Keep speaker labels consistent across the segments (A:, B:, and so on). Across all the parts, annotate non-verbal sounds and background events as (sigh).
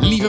A: Lieve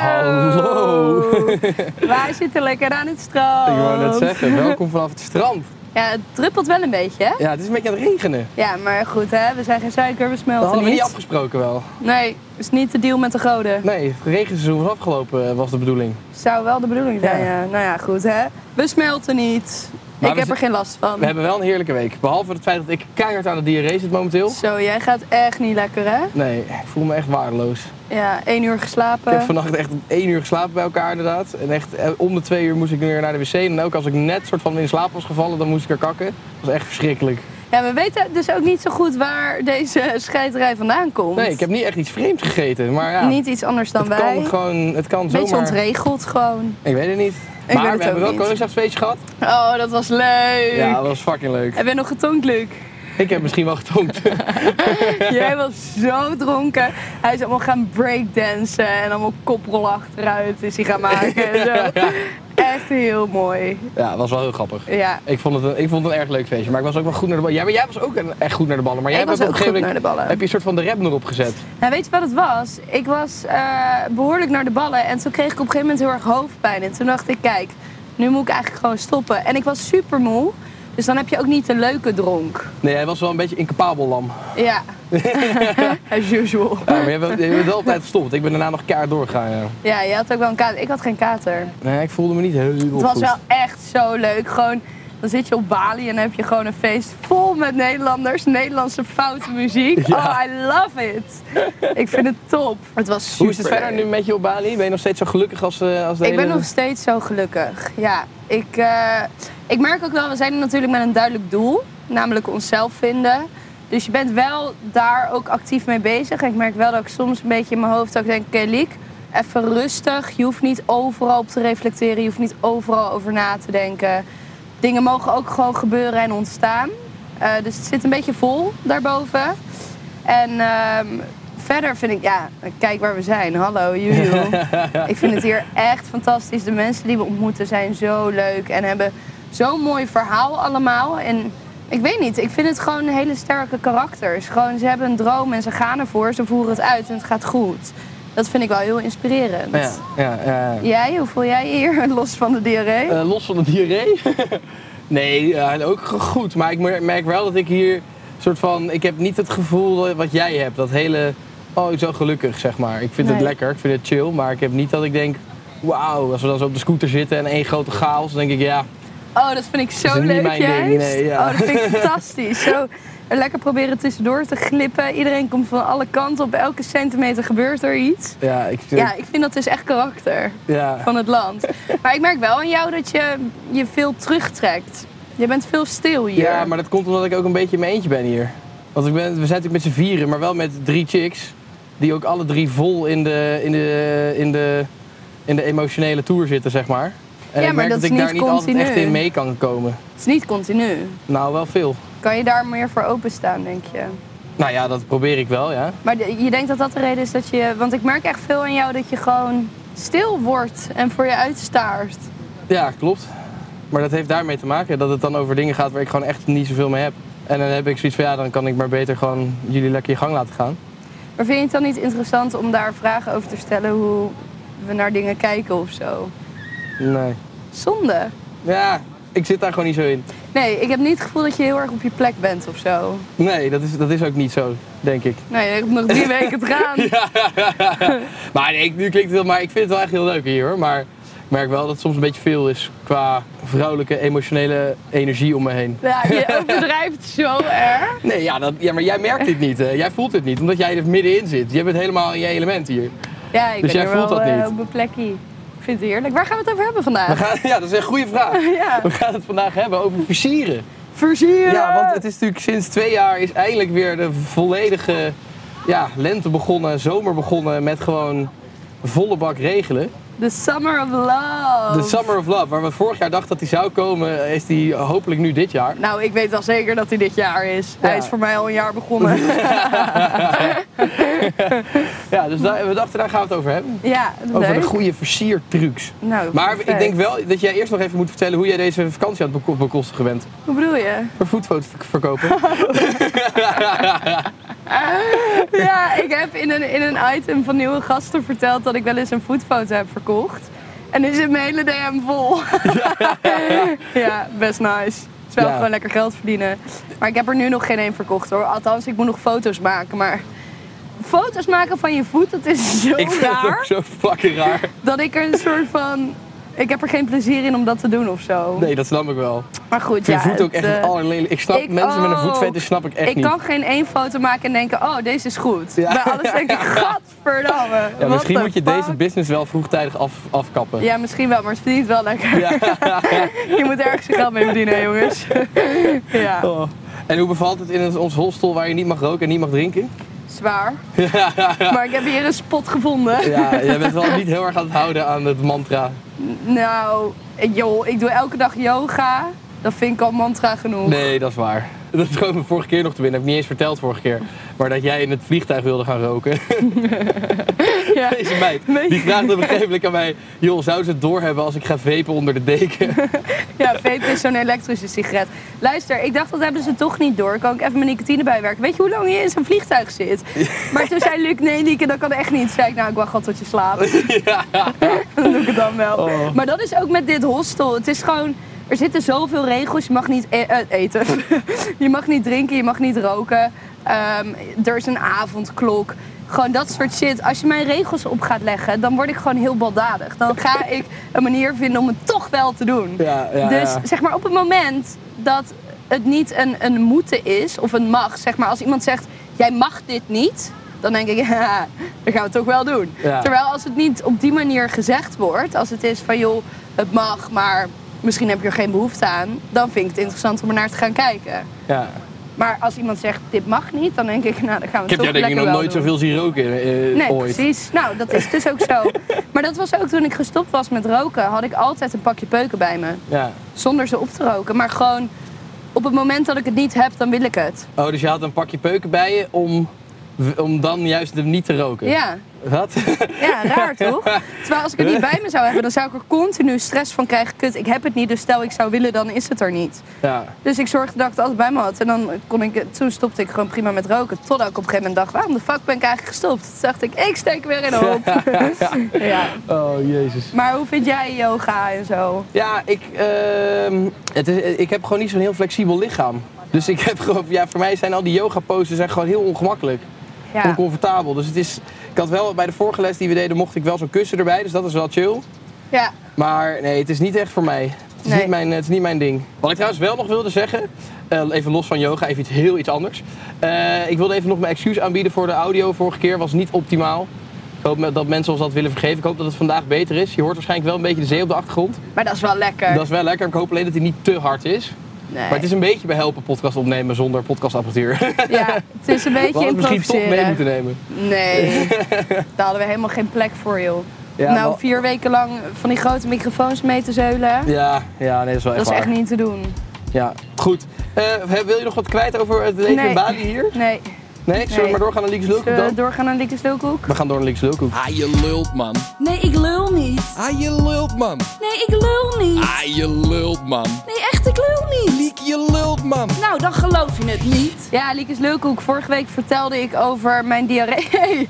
B: Hallo.
C: (laughs) Wij zitten lekker aan het strand.
B: Ik wou net zeggen, welkom vanaf het strand.
C: Ja, het druppelt wel een beetje, hè?
B: Ja, het is een beetje aan het regenen.
C: Ja, maar goed, hè? We zijn geen suiker, we
B: Dat
C: smelten
B: hadden we niet
C: niet.
B: afgesproken wel.
C: nee, is niet de deal met de goden.
B: Nee, het regenseizoen was afgelopen, eh, was de bedoeling.
C: Zou wel de bedoeling
B: Ja.
C: zijn, ja. Nou ja, goed, hè? We smelten niet.
B: Maar
C: ik
B: we
C: heb er
B: zi-
C: geen last van.
B: We hebben wel een heerlijke week. Behalve het feit dat ik keihard aan de diarree zit momenteel.
C: Zo, jij gaat echt niet lekker, hè?
B: Nee, ik voel me echt waardeloos.
C: Ja, één uur
B: Ik
C: geslapen.
B: heb vannacht echt één uur geslapen bij elkaar inderdaad. En echt eh, om de twee uur moest ik weer naar de wc. En ook als ik net soort van in slaap was gevallen, dan moest ik er kakken. Dat was echt verschrikkelijk.
C: Ja, we weten dus ook niet zo goed waar deze (laughs) scheiterij vandaan komt.
B: Nee, ik heb niet echt iets vreemds gegeten. Maar ja,
C: Niet iets anders dan
B: het
C: wij.
B: kan gewoon, het kan
C: Beetje
B: zomaar.
C: ontregeld gewoon.
B: Ik weet het niet.
C: weet
B: maar
C: het
B: we
C: ook
B: hebben wel
C: niet.
B: Koningsdagsfeestje gehad.
C: Oh, dat was leuk.
B: Ja, dat was fucking leuk.
C: Heb je nog getonkt, Luc?
B: Ik heb misschien wel getonkt.
C: Jij was zo dronken. Hij is allemaal gaan breakdansen en allemaal koprollen achteruit is hij gaan maken. en zo. Echt heel mooi.
B: Ja, het was wel heel grappig.
C: Ja.
B: Ik vond, het een, ik vond het een erg leuk feestje, maar ik was ook wel goed naar de ballen. Ja, maar jij was ook een- echt goed naar de ballen. Maar jij
C: Ik was
B: hebt
C: ook
B: op een
C: goed
B: gegeven
C: naar de
B: moment-
C: ballen.
B: Heb je een soort van de rem erop gezet?
C: Nou, weet je wat het was? Ik was eh, behoorlijk naar de ballen en toen kreeg ik op een gegeven moment heel erg hoofdpijn. En toen dacht ik, kijk, nu moet ik eigenlijk gewoon stoppen. En ik was super moe, dus dan heb je ook niet de leuke dronk.
B: Nee, hij was wel een beetje incapabel lam.
C: Ja, (laughs) as usual.
B: Ja, maar je bent, je bent wel op tijd gestopt. Ik ben daarna nog keihard doorgegaan. Ja.
C: Ja, je had ook wel een kater. Ik had geen kater.
B: Nee, ik voelde me niet heel goed.
C: Het was wel echt zo leuk. Gewoon, dan zit je op Bali en dan heb je gewoon een feest vol met Nederlanders. Nederlandse foute muziek.
B: Ja.
C: Oh, I love it. Ik vind het top. Het was super.
B: Hoe is het verder nu met je op Bali? Ben je nog steeds zo gelukkig als, eh, als de
C: Ik ben
B: hele-
C: nog steeds zo gelukkig. Ja, ik, eh, ik merk ook wel, we zijn er natuurlijk met een duidelijk doel. Namelijk onszelf vinden. Dus je bent wel daar ook actief mee bezig. En ik merk wel dat ik soms een beetje in mijn hoofd ook denk... Oké, Liek, even rustig. Je hoeft niet overal op te reflecteren. Je hoeft niet overal over na te denken. Dingen mogen ook gewoon gebeuren en ontstaan. Eh, dus het zit een beetje vol daarboven. En ehm, verder vind ik, ja, kijk waar we zijn. Hallo, joejoe. ik vind het hier echt fantastisch. De mensen die we ontmoeten zijn zo leuk en hebben zo'n mooi verhaal allemaal. En ik weet niet, ik vind het gewoon hele sterke karakters. Gewoon, ze hebben een droom en ze gaan ervoor. Ze voeren het uit en het gaat goed. Dat vind ik wel heel inspirerend.
B: Ja, ja, ja, ja.
C: Jij, hoe voel jij je hier (laughs) los van de diarree?
B: Eh, los van de diarree? (laughs) nee, ja, ook ge- goed. Maar ik mer- merk wel dat ik hier soort van... Ik heb niet het gevoel wat jij hebt. Dat hele... Oh, ik ben zo gelukkig, zeg maar. Ik vind het
C: Nee.
B: lekker, ik vind het chill. Maar ik heb niet dat ik denk... Wauw, als we dan zo op de scooter zitten en één grote chaos, dan denk ik ja.
C: Oh, dat vind ik zo
B: Dat is niet
C: leuk
B: mijn
C: juist.
B: ding, nee, ja.
C: Oh, dat vind ik fantastisch. Zo lekker proberen tussendoor te glippen. Iedereen komt van alle kanten. Op elke centimeter gebeurt er iets.
B: Ja, ik,
C: Ja, ik vind dat dus echt karakter
B: ja.
C: van het land. Maar ik merk wel aan jou dat je je veel terugtrekt. Je bent veel stil hier.
B: Ja, maar dat komt omdat ik ook een beetje in mijn eentje ben hier. Want ik ben, we zijn natuurlijk met z'n vieren, maar wel met drie chicks. Die ook alle drie vol in de, in de, in de, in de emotionele tour zitten, zeg maar. En
C: Ja, maar
B: ik merk
C: dat
B: dat,
C: is
B: ik daar
C: niet
B: niet altijd echt
C: continu.
B: in mee kan komen.
C: Het is niet continu.
B: Nou, wel veel.
C: Kan je daar meer voor openstaan, denk je?
B: Nou ja, dat probeer ik wel, ja.
C: Maar de- je denkt dat dat de reden is dat je... Want ik merk echt veel aan jou dat je gewoon stil wordt en voor je uitstaart.
B: Ja, klopt. Maar dat heeft daarmee te maken dat het dan over dingen gaat waar ik gewoon echt niet zoveel mee heb. En dan heb ik zoiets van, ja, dan kan ik maar beter gewoon jullie lekker je gang laten gaan.
C: Maar vind je het dan niet interessant om daar vragen over te stellen hoe we naar dingen kijken of zo?
B: Nee.
C: Zonde.
B: Ja, ik zit daar gewoon niet zo in.
C: Nee, ik heb niet het gevoel dat je heel erg op je plek bent of zo.
B: Nee, dat is, dat is ook niet zo, denk ik.
C: Nee, ik heb nog
B: (laughs)
C: drie weken te gaan.
B: Maar nee, ik- nu klinkt het heel, maar ik vind het wel echt heel leuk hier hoor. Maar ik merk wel dat het soms een beetje veel is qua vrouwelijke emotionele energie om me heen.
C: Ja, je overdrijft zo erg.
B: Nee, ja, dat, ja maar jij merkt dit niet. hè. Jij voelt het niet, omdat jij er middenin zit. Je bent helemaal in je element hier.
C: Ja, ik
B: Dus
C: ben
B: jij
C: hier
B: voelt
C: wel
B: dat
C: eh,
B: niet?
C: op mijn plekje. Ik vind het heerlijk. Waar gaan we het over hebben
B: We
C: vandaag?
B: gaan, ja, dat is een goede vraag.
C: (laughs) Ja,
B: We gaan het vandaag hebben over versieren.
C: versieren!
B: Ja, want het is natuurlijk sinds twee jaar is eindelijk weer de volledige ja, lente begonnen, zomer begonnen met gewoon volle bak regelen.
C: The Summer of Love.
B: De Summer of Love, waar we vorig jaar dachten dat die zou komen, is die hopelijk nu dit jaar.
C: Nou, ik weet wel zeker dat hij dit jaar is.
B: Ja.
C: Hij is voor mij al een jaar begonnen.
B: (laughs) Ja, dus daar, we dachten, daar gaan we het over hebben.
C: ja,
B: Over de
C: leuk.
B: goede versiertrucs.
C: Nou,
B: Maar
C: vet.
B: ik denk wel dat jij eerst nog even moet vertellen hoe jij deze vakantie aan het beko- bekostigen bent.
C: Hoe bedoel je?
B: Voor voetfoto's te
C: (laughs)
B: verkopen.
C: (laughs) Ja, ik heb in een, in een item van Nieuwe Gasten verteld dat ik wel eens een voetfoto heb verkocht. En nu zit mijn hele DM vol. (laughs) ja, best nice. Het is wel
B: Ja.
C: gewoon lekker geld verdienen. Maar ik heb er nu nog geen één verkocht hoor. Althans, ik moet nog foto's maken. Maar foto's maken van je voet, dat is zo
B: ik vind het ook
C: raar.
B: zo fucking raar.
C: Dat ik er een soort van... Ik heb er geen plezier in om dat te doen of zo.
B: Nee, dat snap ik wel.
C: Maar goed,
B: Ik vind
C: ja.
B: voet ook
C: het,
B: echt het
C: eh,
B: allerlelijk. Ik snap
C: ik
B: mensen met een
C: ook.
B: voetfetish snap ik echt
C: ik
B: niet.
C: kan geen één foto maken en denken, oh, deze is goed.
B: Ja.
C: Bij
B: (laughs)
C: alles denk ik, gadverdamme.
B: ja,
C: what
B: misschien
C: the
B: moet je
C: fuck?"
B: deze business wel vroegtijdig af, afkappen.
C: Ja, misschien wel, maar het verdient wel lekker. (laughs) je moet ergens je geld mee verdienen, jongens. (laughs) ja,
B: Oh. En hoe bevalt het in ons- ons hostel waar je niet mag roken en niet mag drinken?
C: zwaar. Maar ik heb hier een spot gevonden.
B: (laughs) Ja, jij bent wel niet heel erg aan het houden aan het mantra.
C: Nou, joh, ik doe elke dag yoga. Dat vind ik al mantra genoeg.
B: Nee, dat is waar. Dat schoot me vorige keer nog te binnen. Heb ik niet eens verteld vorige keer. Maar dat jij in het vliegtuig wilde gaan roken. (laughs)
C: Ja.
B: Deze meid.
C: Nee.
B: Die vraagt op een gegeven moment aan mij. Joh, zou ze het doorhebben als ik ga vapen onder de
C: (laughs)
B: deken?
C: Ja, vape is zo'n elektrische sigaret. Luister, ik dacht dat hebben ze toch niet door. Kan ik even mijn nicotine bijwerken? Weet je hoe lang je in zo'n vliegtuig zit? Maar toen zei Luc, nee Nieke, dat kan echt niet. Zei ik, nou ik wacht wel tot je slaapt. Dan doe ik het dan wel.
B: Oh.
C: Maar dat is ook met dit hostel. Het is gewoon, er zitten zoveel regels. Je mag niet e- eh, eten. (laughs) je mag niet drinken, je mag niet roken. Ehm, er is een avondklok. Gewoon dat soort shit. Als je mijn regels op gaat leggen, dan word ik gewoon heel baldadig. Dan ga ik een manier vinden om het toch wel te doen.
B: Ja, ja,
C: Dus
B: ja.
C: zeg maar op het moment dat het niet een, een moeten is of een mag, zeg maar als iemand zegt: jij mag dit niet, dan denk ik: (laughs) ja, dan gaan we het toch wel doen.
B: Ja.
C: Terwijl als het niet op die manier gezegd wordt, als het is van joh, het mag, maar misschien heb je er geen behoefte aan, dan vind ik het interessant om er naar te gaan kijken.
B: Ja.
C: Maar als iemand zegt: dit mag niet, dan denk ik: (laughs) nou, dan gaan we het
B: Ik heb
C: toch
B: jou denk ik
C: lekker
B: nog
C: wel
B: nooit
C: doen.
B: zoveel zien roken eh,
C: Nee,
B: ooit.
C: precies. Nou, dat is dus ook
B: (laughs)
C: zo. Maar dat was ook toen ik gestopt was met roken, had ik altijd een pakje peuken bij me
B: Ja.
C: zonder ze op te roken. Maar gewoon op het moment dat ik het niet heb, dan wil ik het.
B: Oh, dus je had een pakje peuken bij je om, om dan juist niet te roken?
C: Ja,
B: Wat? (laughs)
C: ja raar toch? Terwijl als ik het niet bij me zou hebben, dan zou ik er continu stress van krijgen. Kut, ik heb het niet, dus stel ik zou willen, dan is het er niet.
B: Ja.
C: Dus ik zorgde dat ik het altijd bij me had. En dan kon ik, toen stopte ik gewoon prima met roken. Totdat ik op een gegeven moment dacht, waarom de fuck ben ik eigenlijk gestopt? Toen dacht ik, ik steek weer in de hoop. ja.
B: Oh, jezus.
C: Maar hoe vind jij yoga en zo?
B: Ja, ik, ehm, het is, ik heb gewoon niet zo'n heel flexibel lichaam. Dus ik heb gewoon, ja, voor mij zijn al die yoga poses zijn gewoon heel ongemakkelijk.
C: Ja.
B: Oncomfortabel. Dus het is, ik had wel bij de vorige les die we deden, mocht ik wel zo'n kussen erbij. Dus dat is wel chill.
C: ja.
B: Maar nee, het is niet echt voor mij. Het is,
C: Nee.
B: niet, mijn, het is niet mijn ding. Wat ik trouwens wel nog wilde zeggen, eh, even los van yoga, even iets heel iets anders. Eh, ik wilde even nog mijn excuus aanbieden voor de audio vorige keer. Was niet optimaal. Ik hoop me- dat mensen ons dat willen vergeven. Ik hoop dat het vandaag beter is. Je hoort waarschijnlijk wel een beetje de zee op de achtergrond.
C: Maar dat is wel lekker.
B: Dat is wel lekker. Ik hoop alleen dat hij niet te hard is.
C: Nee.
B: Maar het is een beetje bij helpen podcast opnemen zonder podcastapparatuur. (laughs) We
C: Ja, het
B: (laughs)
C: is een beetje
B: hadden het misschien toch
C: improviseren.
B: mee moeten nemen. (laughs)
C: Nee, daar hadden we helemaal geen plek voor, joh.
B: Ja,
C: nou,
B: maar-
C: vier weken lang van die grote microfoons mee te zeulen,
B: Ja, ja, nee, dat is wel
C: dat
B: echt
C: is
B: waar.
C: echt niet te doen.
B: Ja, goed. Eh, wil je nog wat kwijt over het leven
C: Nee.
B: in Bali hier?
C: Nee,
B: Nee? Zullen we
C: Nee.
B: maar doorgaan naar Liekes Lulkoek
C: Zullen we
B: dan?
C: doorgaan naar Liekes Lulkoek?
B: We gaan door naar Liekes Lulkoek.
A: Ah, je lult, man.
D: Nee, ik lul niet.
A: Ah, je lult, man.
D: Nee, ik lul niet.
A: Ah, je lult, man.
D: Nee, echt, ik lul niet.
A: Liek, je lult, man.
D: Nou, dan geloof je het niet.
C: Ja, Liekes Lulkoek, vorige week vertelde ik over mijn diarree. (laughs)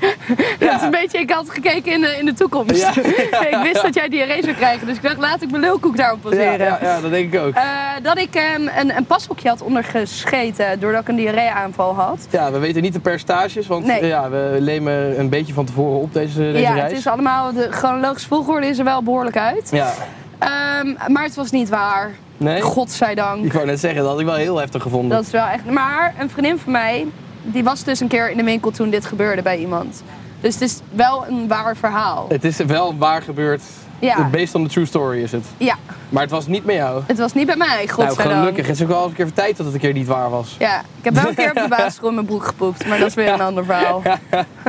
C: dat is een beetje, ik had gekeken in de, in de toekomst.
B: Ja.
C: (laughs) ik wist dat jij diarree zou krijgen, dus ik dacht, laat ik mijn lulkoek daarop
B: Ja,
C: baseren.
B: ja, ja, dat denk ik ook.
C: Eh, dat ik ehm, een, een pashokje had ondergescheten doordat ik een diarreeaanval had.
B: Ja, we weten niet de percentages, want
C: Nee.
B: eh, ja, we lemen een beetje van tevoren op deze, deze
C: ja,
B: reis.
C: het is allemaal, de chronologische volgorde is er wel behoorlijk uit.
B: Ja,
C: Ehm, maar het was niet waar.
B: nee?
C: Godzijdank.
B: Ik wou net zeggen, dat had ik wel heel heftig gevonden.
C: Dat is wel echt. Maar een vriendin van mij, die was dus een keer in de winkel toen dit gebeurde bij iemand. Dus het is wel een waar verhaal.
B: Het is wel waar gebeurd.
C: Ja,
B: Based on the true story is het.
C: ja.
B: Maar het was niet met jou.
C: het was niet bij mij,
B: Nou,
C: godzijdank.
B: gelukkig. Het is ook wel eens een keer voor tijd dat het een keer niet waar was.
C: Ja, ik heb wel een keer op
B: (laughs)
C: de basisschool in mijn broek gepoept, maar dat is weer een ander verhaal. (laughs)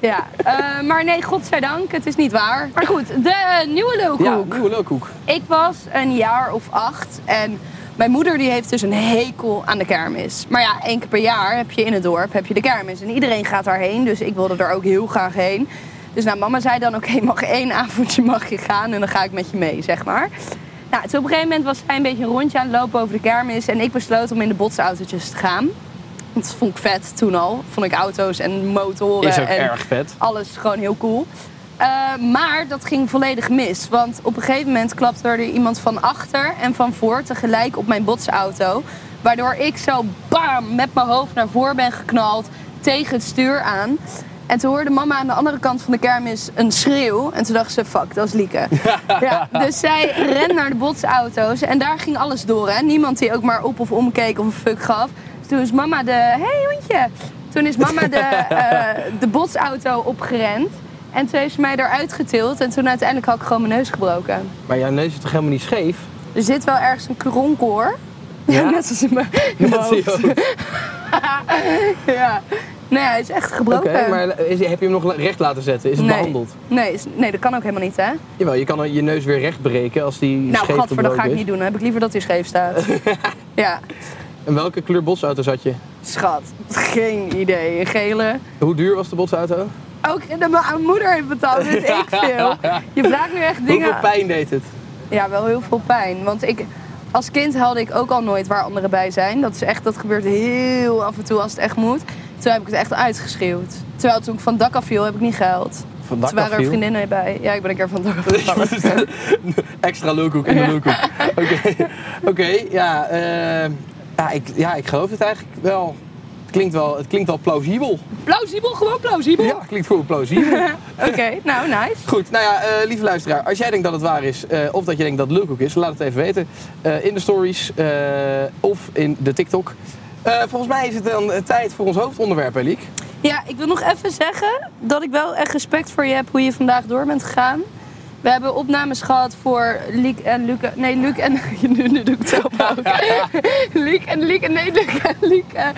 C: ja, eh, maar nee, godzijdank, het is niet waar. Maar goed, de eh, nieuwe
B: Ja,
C: leukhoek.
B: nieuwe leukhoek.
C: Ik was een jaar of acht en mijn moeder die heeft dus een hekel aan de kermis. Maar ja, één keer per jaar heb je in het dorp heb je de kermis en iedereen gaat daarheen, dus ik wilde er ook heel graag heen. Dus nou, mama zei dan, oké, mag één (laughs) avondje mag je gaan en dan ga ik met je mee, zeg maar. Nou, toen op een gegeven moment was zij een beetje een rondje aan het lopen over de kermis en ik besloot om in de botsautootjes te gaan. Dat vond ik vet toen al. Vond ik auto's en motoren
B: Is ook
C: en
B: erg vet.
C: alles gewoon heel cool. Eh, maar dat ging volledig mis. Want op een gegeven moment klapte er iemand van achter en van voor tegelijk op mijn botsauto. Waardoor ik zo bam met mijn hoofd naar voren ben geknald tegen het stuur aan. En toen hoorde mama aan de andere kant van de kermis een schreeuw. En toen dacht ze, fuck, dat is
B: (laughs)
C: Lieke. ja, dus zij ren naar de botsauto's. En daar ging alles door. Hè? Niemand die ook maar op of omkeek of een fuck gaf. Dus toen is mama de... hey, hondje! Toen is mama de,
B: (laughs)
C: eh, de botsauto opgerend. En toen heeft ze mij eruit getild. En toen uiteindelijk had ik gewoon mijn neus gebroken.
B: Maar jouw neus is toch helemaal niet scheef?
C: Er zit wel ergens een kronkel hoor. (laughs)
B: Ja?
C: Net
B: (laughs)
C: zoals in mijn, in mijn
B: Dat zie je
C: hoofd.
B: ook.
C: (laughs) Ja. Nee, hij is echt
B: Oké,
C: gebroken.
B: maar is- heb je hem nog recht laten zetten? Is het
C: nee.
B: behandeld?
C: Nee, is- nee, dat kan ook helemaal niet hè.
B: Jawel, je kan je neus weer recht breken als die
C: Nou, gadver,
B: scheef
C: dat
B: gebroken
C: ga ik
B: is.
C: niet doen. Dan heb ik liever dat hij scheef
B: (laughs)
C: staat. ja,
B: En welke kleur botsauto zat je?
C: schat. Geen idee. Een gele.
B: Hoe duur was de botsauto?
C: Ook de, mijn moeder heeft betaald, weet ik
B: (laughs)
C: veel. Je vraagt nu echt dingen.
B: Hoeveel pijn
C: (laughs)
B: deed het?
C: Ja, wel heel veel pijn. Want ik, als kind haalde ik ook al nooit waar anderen bij zijn. Dat, is echt, dat gebeurt heel af en toe als het echt moet. Toen heb ik het echt uitgeschreeuwd. Terwijl toen ik van het dak af viel, heb ik niet gehuild.
B: Van
C: Toen waren er vriendinnen bij. Ja, ik ben een keer van het dak afgevallen.
B: Extra leukhoek in de leukhoek. Oké, Oké, ja, eh, ja, ik, ja, ik geloof het eigenlijk wel. Het klinkt wel, het klinkt wel plausibel.
C: plausibel, gewoon plausibel.
B: Ja, het klinkt gewoon plausibel.
C: Oké, nou, nice.
B: Goed, nou ja, eh, lieve luisteraar, als jij denkt dat het waar is, eh, of dat je denkt dat het leukhoek is, laat het even weten. Eh, in de stories eh, of in de TikTok. Eh, volgens mij is het dan eh, tijd voor ons hoofdonderwerp, Eliek.
C: Ja, ik wil nog even zeggen dat ik wel echt respect voor je heb hoe je vandaag door bent gegaan. We hebben opnames gehad voor Liek en Luc. Nee, Luc en. (laughs) Nu, nu doe ik het zelf ook. (laughs) Liek en Liek en. Nee, Luc en Liek. eh,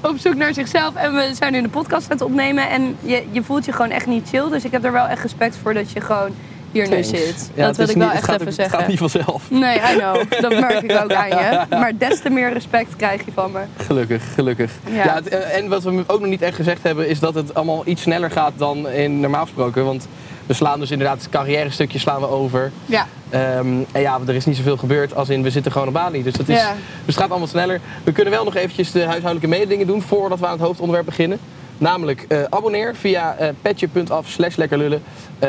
C: op zoek naar zichzelf. En we zijn nu de podcast aan het opnemen. En je, je voelt je gewoon echt niet chill. Dus ik heb er wel echt respect voor dat je gewoon hier
B: Thanks.
C: nu zit. dat
B: Ja, het
C: wil
B: is
C: ik
B: niet-
C: wel
B: het
C: echt
B: gaat
C: even
B: ook-
C: zeggen.
B: Het gaat niet
C: (laughs)
B: vanzelf,
C: Nee, I know. Dat merk ik ook aan
B: (laughs)
C: je. Maar des te meer respect krijg je van me.
B: gelukkig, gelukkig.
C: Ja.
B: Ja. het- eh, en wat we ook nog niet echt gezegd hebben, is dat het allemaal iets sneller gaat dan in normaal gesproken. Want we slaan dus inderdaad het carrière stukje slaan we over.
C: Ja.
B: Ehm, en ja, er is niet zoveel gebeurd als in we zitten gewoon op Bali. Dus dat is,
C: Ja.
B: dus het gaat allemaal sneller. We kunnen wel nog eventjes de huishoudelijke mededelingen doen voordat we aan het hoofdonderwerp beginnen. Namelijk, eh, abonneer via eh, petje.af slash lekkerlullen. Eh,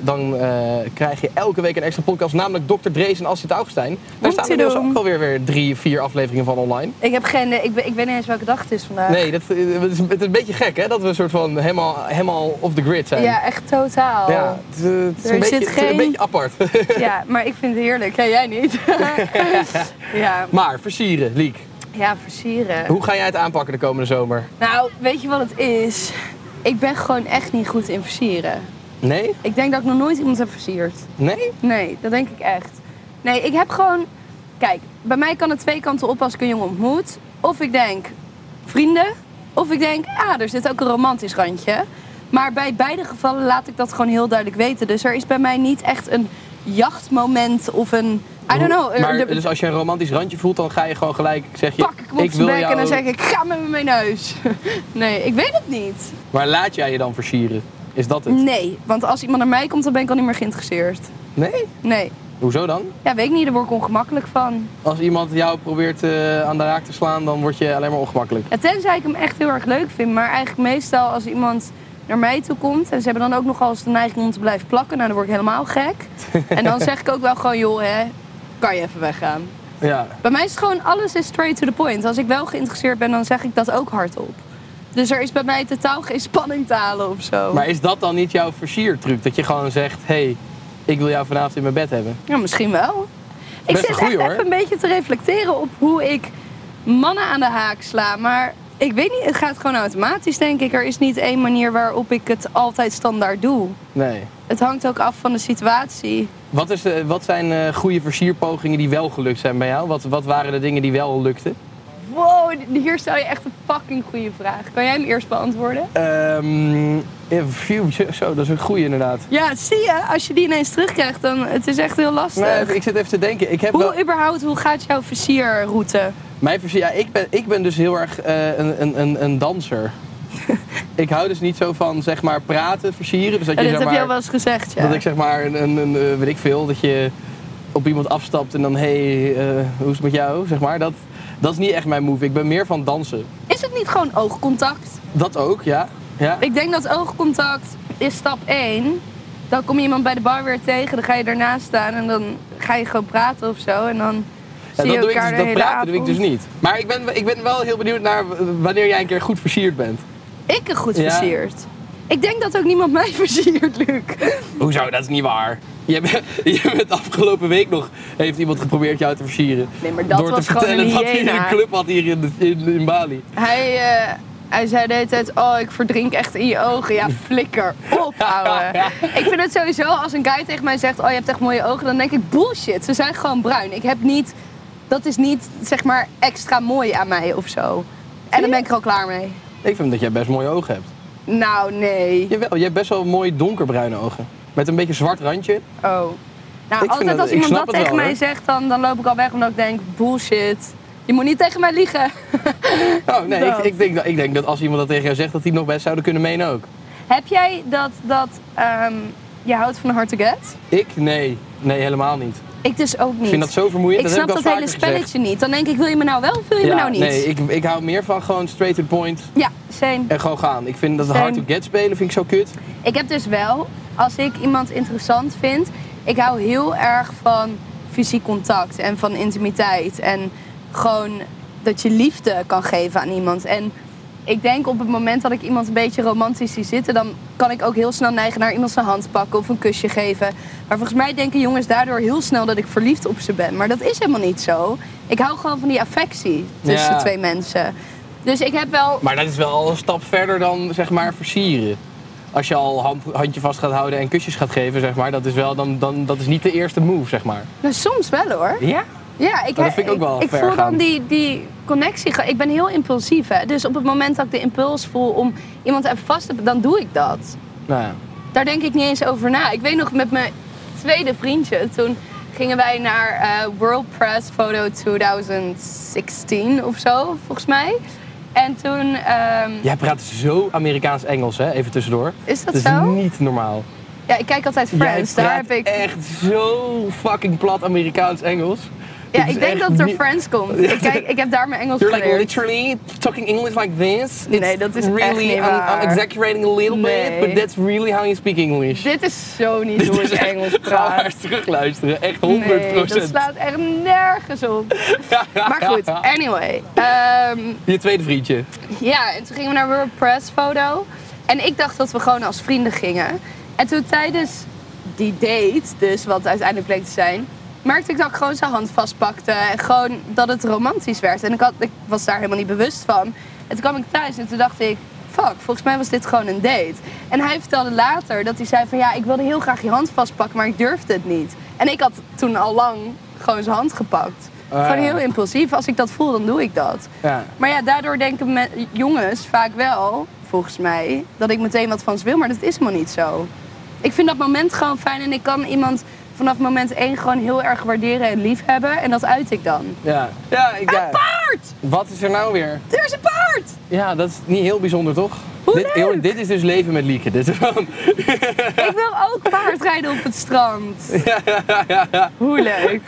B: dan eh, krijg je elke week een extra podcast, namelijk Dr. Drees en Astrid Augustijn. Daar staan inmiddels
C: doen.
B: ook alweer weer drie, vier afleveringen van online.
C: Ik heb geen. eh, Ik, weet- ik weet niet eens welke dag het is vandaag.
B: Nee, dat, eh, het, is, het is een beetje gek hè, dat we een soort van helemaal, helemaal off the grid zijn.
C: Ja, echt totaal.
B: Ja, het, is, eh, het is
C: Er
B: een beetje,
C: zit
B: het is
C: geen-
B: een beetje apart. (laughs)
C: Ja, maar ik vind het heerlijk. Ja, jij niet. (laughs) ja.
B: maar, versieren, Liek.
C: ja, versieren.
B: Hoe ga jij het aanpakken de komende zomer?
C: Nou, weet je wat het is? Ik ben gewoon echt niet goed in versieren.
B: Nee?
C: Ik denk dat ik nog nooit iemand heb versierd.
B: Nee?
C: Nee, dat denk ik echt. Nee, ik heb gewoon... Kijk, bij mij kan het twee kanten op als ik een jongen ontmoet. Of ik denk, vrienden. Of ik denk, ah, er zit ook een romantisch randje. Maar bij beide gevallen laat ik dat gewoon heel duidelijk weten. Dus er is bij mij niet echt een jachtmoment of een... I don't know.
B: Maar,
C: de-
B: dus als je een romantisch randje voelt, dan ga je gewoon gelijk zeg je,
C: pak ik hem op zijn
B: wil
C: bek
B: jou,
C: en dan zeg ik, ga met me mee naar huis. (laughs) nee, ik weet het niet.
B: Maar laat jij je dan versieren? Is dat het?
C: Nee, want als iemand naar mij komt, dan ben ik al niet meer geïnteresseerd.
B: Nee?
C: Nee.
B: Hoezo dan?
C: Ja, weet ik niet, daar word ik ongemakkelijk van.
B: Als iemand jou probeert eh, aan de raak te slaan, dan word je alleen maar ongemakkelijk.
C: Ja, tenzij ik hem echt heel erg leuk vind. Maar eigenlijk meestal als iemand naar mij toe komt... en ze hebben dan ook nogal eens de neiging om te blijven plakken... nou, dan word ik helemaal gek. en dan zeg ik ook wel gewoon, joh, hè, kan je even weggaan.
B: Ja.
C: Bij mij is het gewoon, alles is straight to the point. Als ik wel geïnteresseerd ben, dan zeg ik dat ook hardop. Dus er is bij mij totaal geen spanning te halen of zo.
B: Maar is dat dan niet jouw versiertruc? Dat je gewoon zegt, hé, hey, ik wil jou vanavond in mijn bed hebben.
C: Ja, misschien wel. Ik
B: Best
C: zit
B: een goeie,
C: echt
B: hoor.
C: even een beetje te reflecteren op hoe ik mannen aan de haak sla. Maar Ik weet niet, het gaat gewoon automatisch, denk ik. Er is niet één manier waarop ik het altijd standaard doe.
B: Nee.
C: Het hangt ook af van de situatie.
B: Wat, is de, wat zijn eh, goede versierpogingen die wel gelukt zijn bij jou? Wat, wat waren de dingen die wel lukten?
C: Wow, hier stel je echt een fucking goede vraag. Kan jij hem eerst beantwoorden?
B: Ehm, ja, future, zo, dat is een goede inderdaad.
C: Ja, zie je, als je die ineens terugkrijgt, dan het is echt heel
B: Nee,
C: lastig.
B: ik zit even te denken. Ik heb wel,
C: Hoe überhaupt, hoe gaat jouw versierroute?
B: mijn versier, ja, ik, ben, ik ben dus heel erg eh, een, een, een, een
C: (laughs)
B: danser. ik hou dus niet zo van zeg maar praten, versieren. Dus dat
C: Ja,
B: je,
C: dat
B: zeg
C: heb je al
B: maar,
C: wel eens gezegd, ja.
B: dat ik zeg maar een, een, een, eh, weet ik veel, dat je op iemand afstapt en dan hé, hey, eh, hoe is het met jou? Zeg maar, dat, dat is niet echt mijn move. Ik ben meer van dansen.
C: Is het niet gewoon oogcontact?
B: Dat ook, ja. ja.
C: Ik denk dat oogcontact is stap 1. Dan kom je iemand bij de bar weer tegen, dan ga je daarnaast staan en dan ga je gewoon praten of zo. En dan
B: Ja,
C: zie je
B: dat doe ik
C: elkaar
B: dus,
C: de
B: dat
C: hele
B: praten
C: avond.
B: doe ik dus niet. Maar ik ben, ik ben wel heel benieuwd naar w- wanneer jij een keer goed versierd bent.
C: Ik een goed
B: Ja.
C: versierd. Ik denk dat ook niemand (laughs) mij versiert, Luc.
B: Hoezo, dat is niet waar. Je bent, (laughs) je bent afgelopen week nog, heeft iemand geprobeerd jou te versieren.
C: Nee, maar dat
B: door
C: was
B: te
C: gewoon
B: vertellen
C: een
B: dat hij
C: hyena.
B: een club had hier in, de- in, in Bali.
C: Hij, eh, hij zei de hele tijd, oh, ik verdrink echt in je ogen. Ja, flikker op,
B: (laughs)
C: ouwe. Ik vind het sowieso, als een guy tegen mij zegt, oh, je hebt echt mooie ogen, dan denk ik, bullshit, ze zijn gewoon bruin. Ik heb niet, dat is niet, zeg maar, extra mooi aan mij of zo. En dan ben ik er al klaar mee.
B: Ik vind dat jij best mooie ogen hebt.
C: Nou, nee.
B: Jawel, jij hebt best wel mooie donkerbruine ogen. Met een beetje zwart randje.
C: Oh. Nou,
B: vind
C: altijd
B: dat-
C: als
B: ik
C: iemand
B: snap
C: dat
B: het
C: tegen
B: wel,
C: mij
B: hoor.
C: zegt, dan, dan loop ik al weg omdat ik denk, bullshit. Je moet niet tegen mij liegen. (laughs)
B: Oh nee, ik,
C: Dat.
B: ik, denk, dat- ik denk dat als iemand dat tegen jou zegt, dat die nog best zouden kunnen menen ook.
C: Heb jij dat, dat ehm, je houdt van een hard to get?
B: Ik? Nee. Nee, helemaal niet.
C: Ik dus ook niet.
B: Ik vind dat zo vermoeiend.
C: ik
B: dat
C: snap
B: heb
C: dat
B: ik al
C: hele
B: vaker gezegd.
C: spelletje niet. Dan denk ik, wil je me nou wel of wil je me
B: Ja,
C: nou niet?
B: Nee, ik, ik hou meer van gewoon straight to the point
C: Ja, same.
B: en gewoon gaan. Ik vind dat
C: Same.
B: hard to get spelen vind ik zo kut.
C: Ik heb dus wel, als ik iemand interessant vind, ik hou heel erg van fysiek contact en van intimiteit. En gewoon dat je liefde kan geven aan iemand. En ik denk op het moment dat ik iemand een beetje romantisch zie zitten, dan kan ik ook heel snel neigen naar iemand zijn hand pakken of een kusje geven. Maar volgens mij denken jongens daardoor heel snel dat ik verliefd op ze ben. Maar dat is helemaal niet zo. Ik hou gewoon van die affectie tussen
B: Ja.
C: twee mensen. Dus ik heb wel
B: Maar dat is wel al een stap verder dan zeg maar versieren. Als je al hand, handje vast gaat houden en kusjes gaat geven, zeg maar, dat is wel dan, dan dat is niet de eerste move, zeg maar.
C: Nou, soms wel hoor.
B: Ja?
C: Ja, ik,
B: Maar dat vind ik ook wel
C: ik
B: ver
C: voel dan
B: gaan.
C: die, die connectie. ge- Ik ben heel impulsief. Hè? Dus op het moment dat ik de impuls voel om iemand even vast te dan doe ik dat.
B: Nou ja.
C: Daar denk ik niet eens over na. Ik weet nog met mijn tweede vriendje. Toen gingen wij naar eh, World Press Photo 2016 of zo, volgens mij. En toen. ehm,
B: Jij praat dus zo Amerikaans-Engels, hè? Even tussendoor.
C: Is dat
B: is
C: zo?
B: niet normaal.
C: Ja, ik kijk altijd Friends.
B: Jij
C: Daar
B: praat
C: heb ik.
B: echt zo fucking plat Amerikaans-Engels.
C: Ja,
B: Het is
C: ik denk
B: echt
C: dat er
B: niet-
C: Friends komt. Ik, kijk, ik heb daar mijn Engels
B: You're like
C: geleerd.
B: literally talking English like this.
C: Nee,
B: It's
C: dat is echt
B: really
C: niet
B: I'm- I'm,
C: waar.
B: exaggerating a little
C: Nee.
B: bit, but that's really how you speak English.
C: Dit is zo niet hoe ik
B: is echt-
C: Engels
B: Ga maar
C: praat.
B: eens terugluisteren, echt 100%.
C: Nee, dat slaat echt nergens op. Maar goed, anyway. Ehm,
B: Je tweede vriendje.
C: ja, en toen gingen we naar World Press Foto. En ik dacht dat we gewoon als vrienden gingen. En toen tijdens die date, dus wat uiteindelijk bleek te zijn... merkte ik dat ik gewoon zijn hand vastpakte. En gewoon dat het romantisch werd. En ik, had, ik was daar helemaal niet bewust van. En toen kwam ik thuis en toen dacht ik... Fuck, volgens mij was dit gewoon een date. En hij vertelde later dat hij zei van... Ja, ik wilde heel graag je hand vastpakken, maar ik durfde het niet. En ik had toen al lang gewoon zijn hand gepakt.
B: Ah.
C: Gewoon heel impulsief. Als ik dat voel, dan doe ik dat.
B: Ja.
C: Maar ja, daardoor denken me- jongens vaak wel, volgens mij, dat ik meteen wat van ze wil. Maar dat is helemaal niet zo. Ik vind dat moment gewoon fijn en ik kan iemand vanaf moment één gewoon heel erg waarderen en liefhebben. En dat uit ik dan.
B: Ja. Ja, ik, ja.
C: Een paard!
B: Wat is er nou weer?
C: Er is een paard!
B: Ja, dat is niet heel bijzonder, toch?
C: Hoe
B: dit,
C: leuk!
B: jongen, dit is dus leven met Lieke. Dit is gewoon...
C: Ik wil ook paardrijden op het
B: (laughs)
C: strand. Hoe leuk.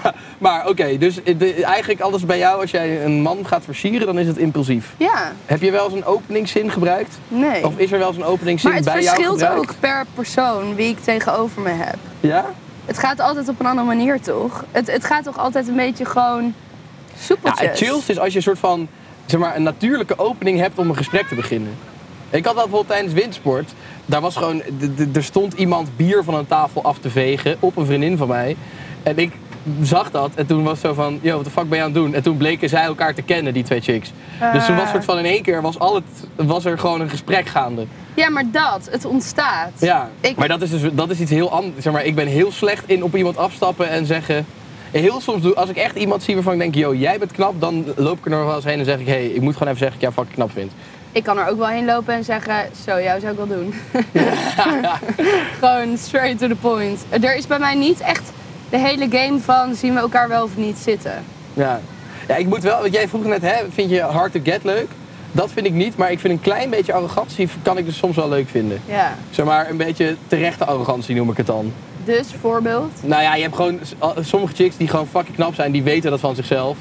B: maar maar oké, dus de- eigenlijk alles bij jou, als jij een man gaat versieren, dan is het impulsief.
C: Ja,
B: Heb je wel eens een openingszin gebruikt?
C: nee.
B: Of is er wel eens een openingszin
C: Maar het
B: bij jou
C: verschilt
B: gebruikt?
C: ook per persoon wie ik tegenover me heb.
B: Ja?
C: Het gaat altijd op een andere manier, toch? Het, het gaat toch altijd een beetje gewoon
B: Ja,
C: soepeltjes?
B: Nou, het chillst is als je een soort van, zeg maar, een natuurlijke opening hebt om een gesprek te beginnen. Ik had dat bijvoorbeeld tijdens windsport. Daar was gewoon, d- d- er stond iemand bier van een tafel af te vegen op een vriendin van mij. En ik zag dat en toen was het zo van, yo, wat de fuck ben je aan het doen? En toen bleken zij elkaar te kennen, die twee chicks. Dus toen was soort van in één keer was al het, was er gewoon een gesprek gaande.
C: Ja, maar dat, het ontstaat.
B: Ja,
C: Ik-
B: maar dat is, dus, dat is iets heel anders. Zeg maar, ik ben heel slecht in op iemand afstappen en zeggen... Heel soms, doe, als ik echt iemand zie waarvan ik denk, yo, jij bent knap, dan loop ik er nog wel eens heen en zeg ik, hé, hey, ik moet gewoon even zeggen dat ik jou fucking knap vind.
C: Ik kan er ook wel heen lopen en zeggen, zo, jou zou ik wel doen. (laughs) Gewoon straight to the point. Er is bij mij niet echt de hele game van zien we elkaar wel of niet zitten.
B: Ja. ja, ik moet wel, want jij vroeg net, hè, vind je hard to get leuk? Dat vind ik niet, maar ik vind een klein beetje arrogantie kan ik dus soms wel leuk vinden.
C: Ja.
B: Zeg maar een beetje terechte arrogantie noem ik het dan.
C: Dus, voorbeeld.
B: Nou ja, je hebt gewoon s- al- sommige chicks die gewoon fucking knap zijn, die weten dat van zichzelf.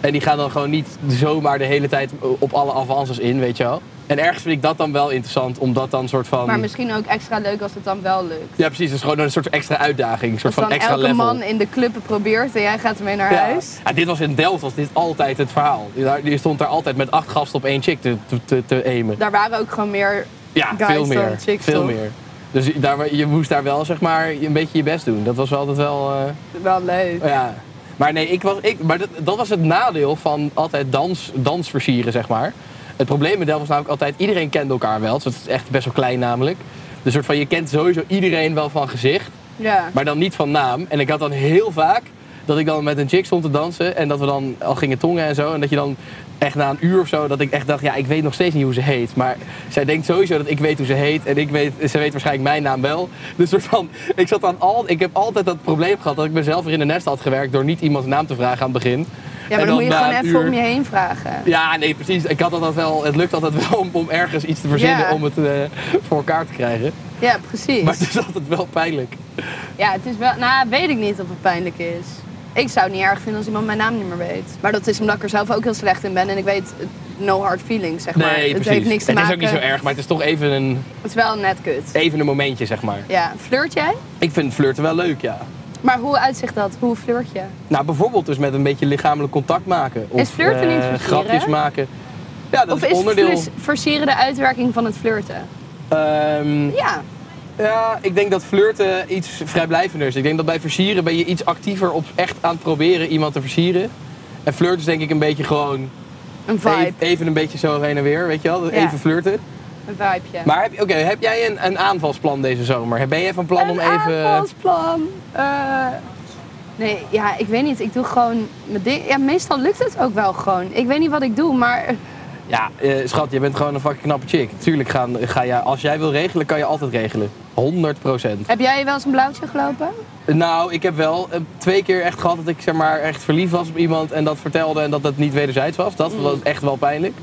B: En die gaan dan gewoon niet zomaar de hele tijd op alle avances in, weet je wel. En ergens vind ik dat dan wel interessant, omdat dan een soort van...
C: Maar misschien ook extra leuk als het dan wel lukt.
B: Ja, precies, dat is gewoon een soort extra uitdaging, een soort
C: Als
B: van
C: dan
B: extra
C: elke
B: level.
C: man in de club het probeert en jij gaat ermee naar
B: ja.
C: huis.
B: Ja, dit was in Delft, was dit altijd het verhaal. Die, daar- die stond daar altijd met acht gasten op één chick te, te, te, te aimen.
C: Daar waren ook gewoon meer...
B: Ja,
C: Guys
B: veel
C: dan,
B: meer.
C: chicks
B: veel
C: toch?
B: meer. Dus je- daar, je moest daar wel zeg maar een beetje je best doen. Dat was wel altijd wel. eh,
C: Wel leuk.
B: ja. Maar nee, ik was, ik, maar dat, dat was het nadeel van altijd dans, dansversieren, zeg maar. Het probleem met Delft was namelijk altijd, iedereen kende elkaar wel. Dus het is echt best wel klein namelijk. Dus soort van, je kent sowieso iedereen wel van gezicht,
C: Ja.
B: maar dan niet van naam. En ik had dan heel vaak dat ik dan met een chick stond te dansen en dat we dan al gingen tongen en zo. En dat je dan echt na een uur of zo, dat ik echt dacht, ja, ik weet nog steeds niet hoe ze heet. Maar zij denkt sowieso dat ik weet hoe ze heet en ik weet, ze weet waarschijnlijk mijn naam wel. Dus soort van, ik zat dan al, ik heb altijd dat probleem gehad dat ik mezelf weer in de nest had gewerkt door niet iemands naam te vragen aan het begin.
C: Ja, maar
B: En
C: dan moet je
B: na
C: gewoon
B: een
C: even
B: uur-
C: om je heen vragen.
B: Ja, nee, precies. Ik had altijd wel, het lukt altijd wel om, om ergens iets te verzinnen
C: Ja.
B: om het eh, voor elkaar te krijgen.
C: Ja, precies.
B: Maar het is altijd wel pijnlijk.
C: Ja, het is wel... Nou, weet ik niet of het pijnlijk is. Ik zou het niet erg vinden als iemand mijn naam niet meer weet. Maar dat is omdat ik er zelf ook heel slecht in ben. En ik weet eh, no hard feelings, zeg maar. het heeft niks te
B: het
C: maken.
B: is ook niet zo erg, maar het is toch even een,
C: Het is wel net kut.
B: even een momentje, zeg maar.
C: Ja, flirt jij?
B: Ik vind flirten wel leuk, ja.
C: Maar hoe uitzicht dat? Hoe flirt je?
B: Nou, bijvoorbeeld dus met een beetje lichamelijk contact maken. Of,
C: Is flirten niet
B: eh,
C: versieren?
B: Grapjes maken. Ja, dat
C: of
B: is,
C: is
B: onderdeel.
C: flus- versieren de uitwerking van het flirten?
B: Ehm,
C: Ja.
B: ja, ik denk dat flirten iets vrijblijvender is. Ik denk dat bij versieren ben je iets actiever op echt aan het proberen iemand te versieren. En flirten is denk ik een beetje gewoon
C: Een vibe.
B: even, even een beetje zo heen en weer, weet je wel?
C: Ja.
B: Even flirten.
C: Een vibeje.
B: Maar heb, oké, heb jij een, een aanvalsplan deze zomer? Ben jij van plan om
C: een
B: even...
C: aanvalsplan. Eh, nee, ja, ik weet niet. Ik doe gewoon mijn ding. Ja, meestal lukt het ook wel gewoon. Ik weet niet wat ik doe, maar
B: Ja, eh, schat, je bent gewoon een fucking knappe chick. Tuurlijk gaan, ga je, als jij wil regelen, kan je altijd regelen. 100 procent.
C: heb jij wel eens een blauwtje gelopen?
B: Nou, ik heb wel eh, twee keer echt gehad dat ik zeg maar echt verliefd was op iemand en dat vertelde en dat dat niet wederzijds was. Dat was echt wel pijnlijk.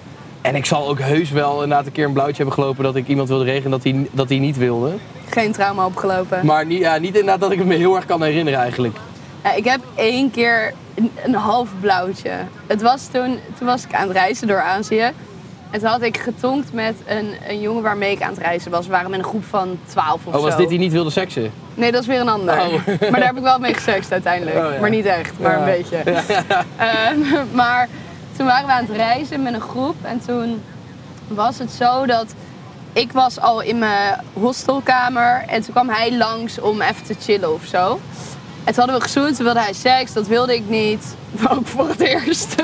B: En ik zal ook heus wel inderdaad een keer een blauwtje hebben gelopen dat ik iemand wilde regelen dat hij dat hij niet wilde.
C: Geen trauma opgelopen.
B: Maar niet, ja, niet inderdaad dat ik het me heel erg kan herinneren eigenlijk.
C: Ja, ik heb één keer een, een half blauwtje. Het was toen, toen was ik aan het reizen door Azië. En toen had ik getonkt met een, een jongen waarmee ik aan het reizen was. We waren met een groep van 12 of
B: Oh, was
C: zo.
B: dit die niet wilde seksen?
C: Nee, dat is weer een ander.
B: Oh.
C: (laughs) Maar daar heb ik wel mee gesext uiteindelijk.
B: Oh, ja.
C: Maar niet echt, maar
B: Ja.
C: een beetje. (laughs) Ehm, maar toen waren we aan het reizen met een groep. En toen was het zo dat ik was al in mijn hostelkamer. En toen kwam hij langs om even te chillen of zo. En toen hadden we gezoend, toen wilde hij seks, dat wilde ik niet. (laughs) Ook voor het eerst. (laughs)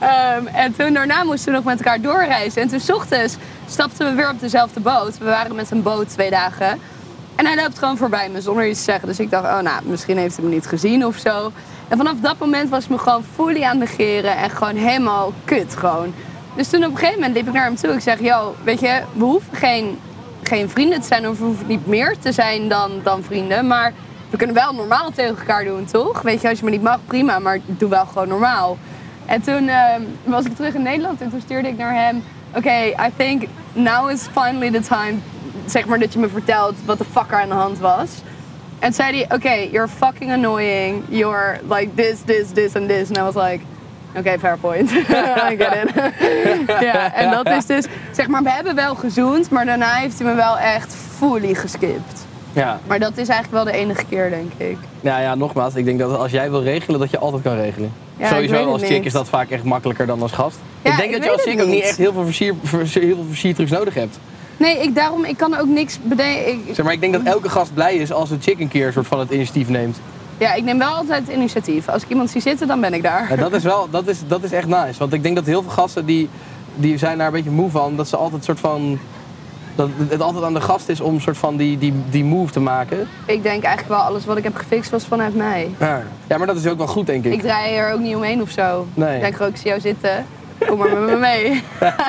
C: Ehm, en toen daarna moesten we nog met elkaar doorreizen. En toen 's ochtends stapten we weer op dezelfde boot. We waren met een boot twee dagen. En hij loopt gewoon voorbij me zonder iets te zeggen. Dus ik dacht, oh nou, misschien heeft hij me niet gezien of zo. En vanaf dat moment was ik me gewoon fully aan het negeren en gewoon helemaal kut gewoon. Dus toen op een gegeven moment liep ik naar hem toe. Ik zeg, yo, weet je, we hoeven geen, geen vrienden te zijn of we hoeven niet meer te zijn dan, dan vrienden. Maar we kunnen wel normaal tegen elkaar doen, toch? Weet je, als je me niet mag, prima, maar doe wel gewoon normaal. En toen ehm, was ik terug in Nederland en toen stuurde ik naar hem... Oké, I think now is finally the time zeg maar dat je me vertelt wat de fuck er aan de hand was. En toen zei hij, oké, you're fucking annoying. You're like this, this, this and this. And I was like, oké, fair point. (laughs) I get it. (laughs) ja, en dat is dus, zeg maar, we hebben wel gezoend, maar daarna heeft hij me wel echt fully geskipt.
B: Ja.
C: Maar dat is eigenlijk wel de enige keer, denk ik.
B: Nou ja, nogmaals, ik denk dat als jij wil regelen, dat je altijd kan regelen.
C: Ja, ik weet
B: Sowieso
C: het
B: als chick
C: niet.
B: is dat vaak echt makkelijker dan als gast.
C: Ja,
B: ik denk
C: ik
B: dat
C: weet
B: je als
C: het
B: chick ook niet
C: niet.
B: echt heel veel, versier, versier- heel veel versiertrucs nodig hebt.
C: Nee, ik, daarom, ik kan ook niks bedenken. Ik-
B: Zeg maar, ik denk dat elke gast blij is als een chick een keer een soort van het initiatief neemt.
C: Ja, ik neem wel altijd het initiatief. Als ik iemand zie zitten, dan ben ik daar.
B: Ja, dat is wel, dat is, dat is echt nice. Want ik denk dat heel veel gasten die, die zijn daar een beetje moe van, dat ze altijd soort van. Dat het altijd aan de gast is om soort van die, die, die move te maken.
C: Ik denk eigenlijk wel alles wat ik heb gefixt was vanuit mij.
B: Ja. maar dat is ook wel goed, denk ik.
C: Ik draai er ook niet omheen of zo.
B: Nee.
C: Ik denk gewoon, ik zie jou zitten. Kom maar met me
B: (laughs)
C: mee. (laughs)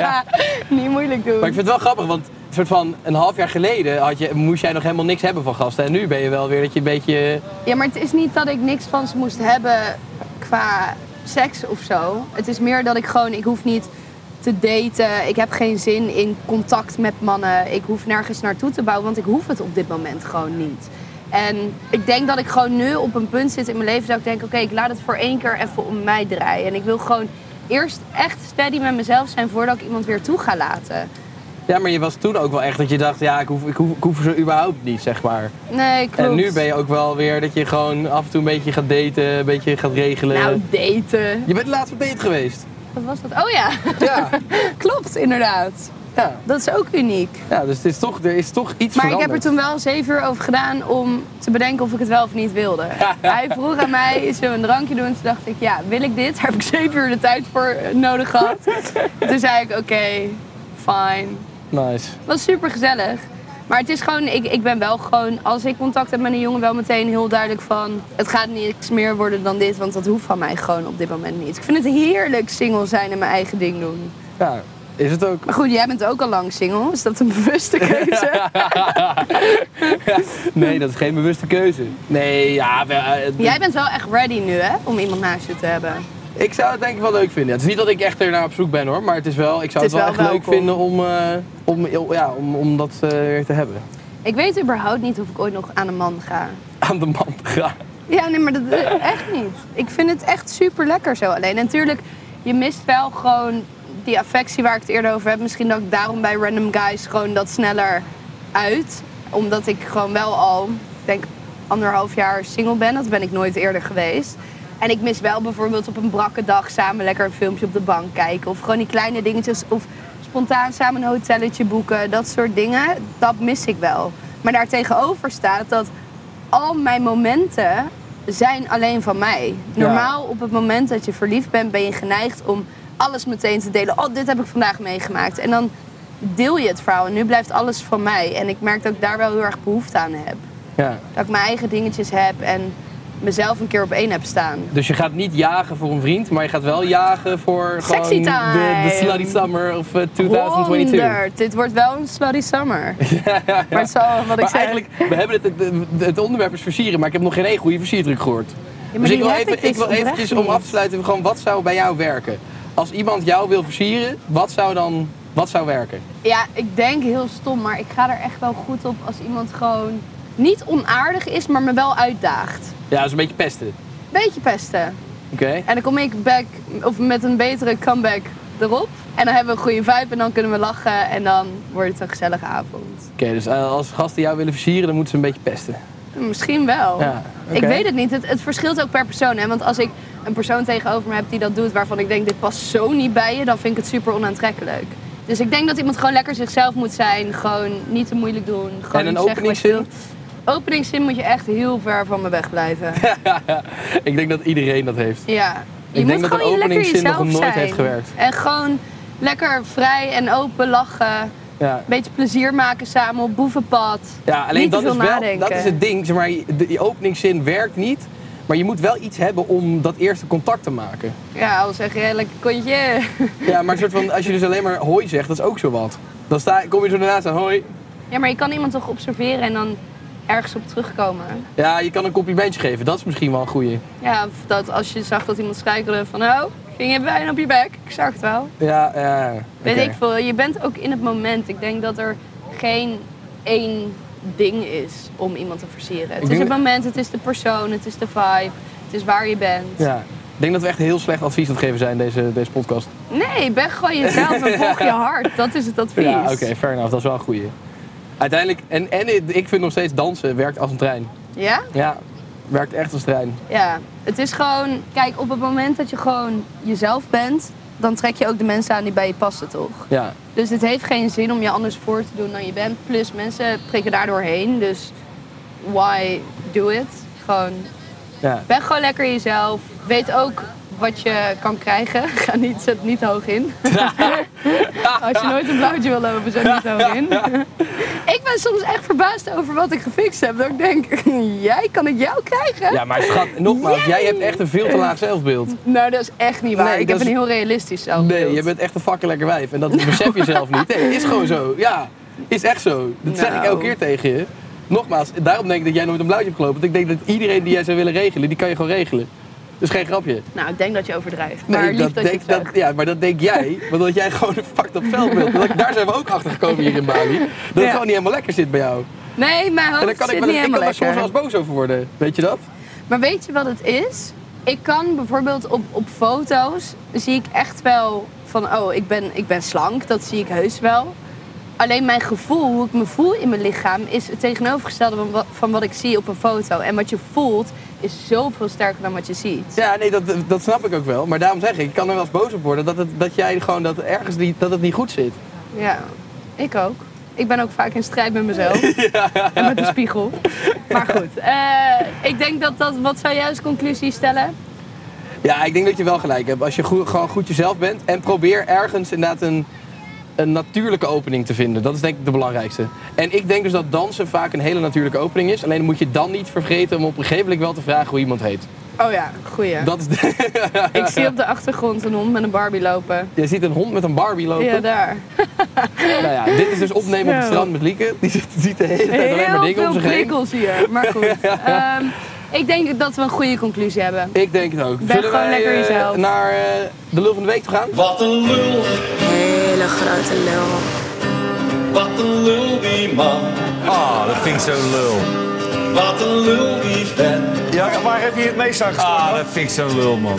C: niet moeilijk doen.
B: Maar ik vind het wel grappig, want soort van een half jaar geleden had je, moest jij nog helemaal niks hebben van gasten. En nu ben je wel weer dat je een beetje.
C: Ja, maar het is niet dat ik niks van ze moest hebben qua seks of zo. Het is meer dat ik gewoon, ik hoef niet te daten. Ik heb geen zin in contact met mannen. Ik hoef nergens naartoe te bouwen, want ik hoef het op dit moment gewoon niet. En ik denk dat ik gewoon nu op een punt zit in mijn leven dat ik denk, oké, ik laat het voor één keer even om mij draaien. En ik wil gewoon eerst echt steady met mezelf zijn voordat ik iemand weer toe ga laten.
B: Ja, maar je was toen ook wel echt dat je dacht, ja, ik hoef, ik hoef, ik hoef ze überhaupt niet, zeg maar.
C: Nee, klopt.
B: En nu ben je ook wel weer dat je gewoon af en toe een beetje gaat daten, een beetje gaat regelen.
C: Nou,
B: eh,
C: daten.
B: Je bent laatst op date geweest.
C: Wat was dat? Oh ja, (laughs)
B: Ja,
C: klopt inderdaad.
B: ja.
C: Dat is ook uniek.
B: ja dus het is toch, er is toch iets
C: Maar ik heb er
B: veranderd.
C: toen wel zeven uur over gedaan om te bedenken of ik het wel of niet wilde. Hij vroeg aan mij, zullen we een drankje doen? Toen dacht ik, ja, wil ik dit? Daar heb ik zeven uur de tijd voor eh, nodig gehad. toen zei ik, oké, fine.
B: Nice.
C: Het was super gezellig. Maar het is gewoon, ik, ik ben wel gewoon, als ik contact heb met een jongen, wel meteen heel duidelijk van... Het gaat niks meer worden dan dit, want dat hoeft van mij gewoon op dit moment niet. Ik vind het heerlijk single zijn en mijn eigen ding doen.
B: Ja, is het ook.
C: Maar goed, jij bent ook al lang single. Is dat een bewuste keuze?
B: Nee, dat is geen bewuste keuze. Nee, ja, we- eh, het-
C: Jij bent wel echt ready nu, hè? Om iemand naast je te hebben.
B: ik zou het denk ik wel leuk vinden. Het is niet dat ik echt ernaar op zoek ben hoor, maar het is wel, ik zou
C: Het
B: het,
C: is
B: wel,
C: wel
B: echt leuk
C: welkom.
B: vinden om, eh, om, ja, om, om dat eh, weer te hebben.
C: Ik weet überhaupt niet of ik ooit nog aan een man ga.
B: (laughs) Aan de man te gaan.
C: Ja, nee, maar dat eh, echt niet. Ik vind het echt super lekker zo alleen. En natuurlijk, je mist wel gewoon die affectie waar ik het eerder over heb. Misschien dat ik daarom bij random guys gewoon dat sneller uit. Omdat ik gewoon wel al, ik denk anderhalf jaar single ben. Dat ben ik nooit eerder geweest. En ik mis wel bijvoorbeeld op een brakke dag samen lekker een filmpje op de bank kijken. Of gewoon die kleine dingetjes. Of spontaan samen een hotelletje boeken. Dat soort dingen. Dat mis ik wel. Maar daartegenover staat dat al mijn momenten zijn alleen van mij. Normaal op het moment dat je verliefd bent, ben je geneigd om alles meteen te delen. Oh, dit heb ik vandaag meegemaakt. En dan deel je het verhaal. En nu blijft alles van mij. En ik merk dat ik daar wel heel erg behoefte aan heb.
B: Ja.
C: Dat ik mijn eigen dingetjes heb en mezelf een keer op één heb staan.
B: Dus je gaat niet jagen voor een vriend, maar je gaat wel jagen voor gewoon
C: Sexy time.
B: de, de slutty summer of eh, 2022.
C: 100. Dit wordt wel een slutty
B: (laughs)
C: summer. Maar het is wel wat ik
B: Maar
C: zeg.
B: eigenlijk, we hebben het, het, het onderwerp is versieren, maar ik heb nog geen één goede versierdruk gehoord.
C: maar
B: dus
C: die
B: ik wil,
C: heb
B: even,
C: ik dus
B: ik wil
C: oprecht
B: eventjes om
C: niet.
B: af te sluiten, gewoon wat zou bij jou werken? Als iemand jou wil versieren, wat zou dan wat zou werken?
C: Ja, ik denk heel stom, maar ik ga er echt wel goed op als iemand gewoon niet onaardig is, maar me wel uitdaagt.
B: Ja, dat is een beetje pesten.
C: Beetje pesten.
B: Oké.
C: En dan kom ik back, of met een betere comeback erop. En dan hebben we een goede vibe en dan kunnen we lachen en dan wordt het een gezellige avond.
B: Oké, dus eh, als gasten jou willen versieren, dan moeten ze een beetje pesten. (laughs)
C: Misschien wel.
B: Ja, oké.
C: Ik weet het niet. Het, het verschilt ook per persoon. Hè? Want als ik een persoon tegenover me heb die dat doet waarvan ik denk dit past zo niet bij je, dan vind ik het super onaantrekkelijk. Dus ik denk dat iemand gewoon lekker zichzelf moet zijn. Gewoon niet te moeilijk doen. Gewoon
B: En een
C: zeggen wat je
B: openingszin?
C: wilt. Openingszin moet je echt heel ver van me weg blijven.
B: ik denk dat iedereen dat heeft.
C: Ja. Je
B: Ik
C: moet
B: denk dat
C: gewoon
B: een
C: lekker
B: openingszin nog
C: jezelf
B: nooit
C: zijn.
B: heeft gewerkt.
C: En gewoon lekker vrij en open lachen. Een
B: Ja.
C: beetje plezier maken samen op boevenpad.
B: Ja, alleen
C: Niet te
B: dat
C: veel
B: is wel,
C: nadenken.
B: dat is het ding. Zeg maar, de, die openingszin werkt niet, maar je moet wel iets hebben om dat eerste contact te maken.
C: Ja, al zeg je lekker kontje.
B: Ja, maar soort van, als je dus alleen maar hoi zegt, dat is ook zo wat. Dan sta, kom je zo daarnaast aan hoi.
C: (laughs) Ja, maar je kan iemand toch observeren en dan ergens op terugkomen.
B: Ja, je kan een complimentje geven, dat is misschien wel een goeie.
C: Ja, of dat als je zag dat iemand struikelde van... Oh, ging je bijna op je bek? Ik zag het wel.
B: Ja, ja.
C: Weet
B: oké.
C: ik veel. Je bent ook in het moment. Ik denk dat er geen één ding is om iemand te versieren. Het is
B: denk-
C: het moment, het is de persoon, het is de vibe, het is waar je bent.
B: Ja. Ik denk dat we echt heel slecht advies aan het geven zijn, deze, deze podcast.
C: Nee, ben gewoon jezelf en volg je hart. Dat is het advies.
B: Ja, oké, fair enough, dat is wel een goeie. Uiteindelijk, en, en ik vind nog steeds dansen werkt als een trein.
C: Ja?
B: Ja, werkt echt als een trein.
C: Ja. Het is gewoon... Kijk, op het moment dat je gewoon jezelf bent... dan trek je ook de mensen aan die bij je passen, toch?
B: Ja,
C: Dus het heeft geen zin om je anders voor te doen dan je bent. Plus, mensen prikken daardoor heen. Dus why do it? Gewoon
B: Ja.
C: Ben gewoon lekker jezelf. Weet ook wat je kan krijgen. (laughs) Ga niet, zet niet hoog
B: (laughs)
C: in. Als je nooit een blauwtje wil lopen, zet niet hoog
B: (laughs)
C: in. ik ben soms echt verbaasd over wat ik gefixt heb. Dat ik denk, (laughs) jij, kan ik jou krijgen?
B: ja, maar schat, nogmaals, jij hebt echt een veel te laag zelfbeeld.
C: Nou, dat is echt niet waar.
B: Nee,
C: ik
B: dat
C: heb een
B: is-
C: heel realistisch zelfbeeld.
B: Nee, je bent echt een fucking lekker wijf. En dat besef je zelf niet. Nee, is gewoon zo. Ja, is echt zo. Dat zeg ik
C: Nou.
B: elke keer tegen je. Nogmaals, daarom denk ik dat jij nooit een blauwtje hebt gelopen. Want ik denk dat iedereen die jij zou willen regelen, die kan je gewoon regelen. Dus geen grapje.
C: Nou, ik denk dat je overdrijft.
B: Nee,
C: maar lief dat, je
B: denk,
C: het
B: dat,
C: zegt.
B: ja, maar dat denk jij, want dat jij gewoon een fucked up veld bent. Want Daar zijn we ook achter gekomen hier in Bali. Dat het
C: Ja.
B: gewoon niet helemaal lekker zit bij jou.
C: Nee, mijn hoofd
B: en dan kan
C: zit
B: ik, wel-
C: niet
B: ik
C: helemaal
B: kan daar soms
C: lekker.
B: wel eens boos over worden. Weet je dat?
C: Maar weet je wat het is? Ik kan bijvoorbeeld op, op foto's zie ik echt wel van oh, ik ben, ik ben slank, dat zie ik heus wel. Alleen mijn gevoel, hoe ik me voel in mijn lichaam, is het tegenovergestelde van wat, van wat ik zie op een foto. En wat je voelt is zoveel sterker dan wat je ziet.
B: Ja, nee, dat, dat snap ik ook wel. Maar daarom zeg ik, ik kan er wel eens boos op worden dat, het, dat jij gewoon dat ergens niet, dat het niet goed zit.
C: Ja, ik ook. Ik ben ook vaak in strijd met (laughs) mezelf. En met de spiegel. Maar goed, eh, ik denk dat dat... Wat zou jij als conclusie stellen?
B: Ja, ik denk dat je wel gelijk hebt. Als je goe- gewoon goed jezelf bent en probeer ergens inderdaad een, een natuurlijke opening te vinden. Dat is denk ik de belangrijkste. En ik denk dus dat dansen vaak een hele natuurlijke opening is. Alleen moet je dan niet vergeten om op een gegeven moment wel te vragen hoe iemand heet.
C: Oh ja, goeie.
B: Dat is de- (laughs)
C: Ik zie op de achtergrond een hond met een Barbie lopen.
B: je ziet een hond met een Barbie lopen.
C: Ja, daar.
B: Nou ja, dit is dus opnemen op het
C: Zo.
B: strand met Lieke. Die zit- ziet de hele tijd alleen maar
C: Heel
B: dingen om
C: veel
B: zich heen.
C: prikkels hier. Maar goed.
B: (laughs)
C: Ehm, ik denk dat we een goede conclusie hebben.
B: Ik denk het ook. Zullen
C: gewoon
B: wij
C: lekker
B: eh,
C: jezelf.
B: naar eh, de lul van de week te gaan?
E: Wat een lul,
F: hele grote lul.
E: wat een lul die man.
G: Ah, dat vind ik zo lul.
E: Wat een lul die vent.
G: Ja, waar heb je het meest aan gestoken? Ah, dat vind ik zo lul, man.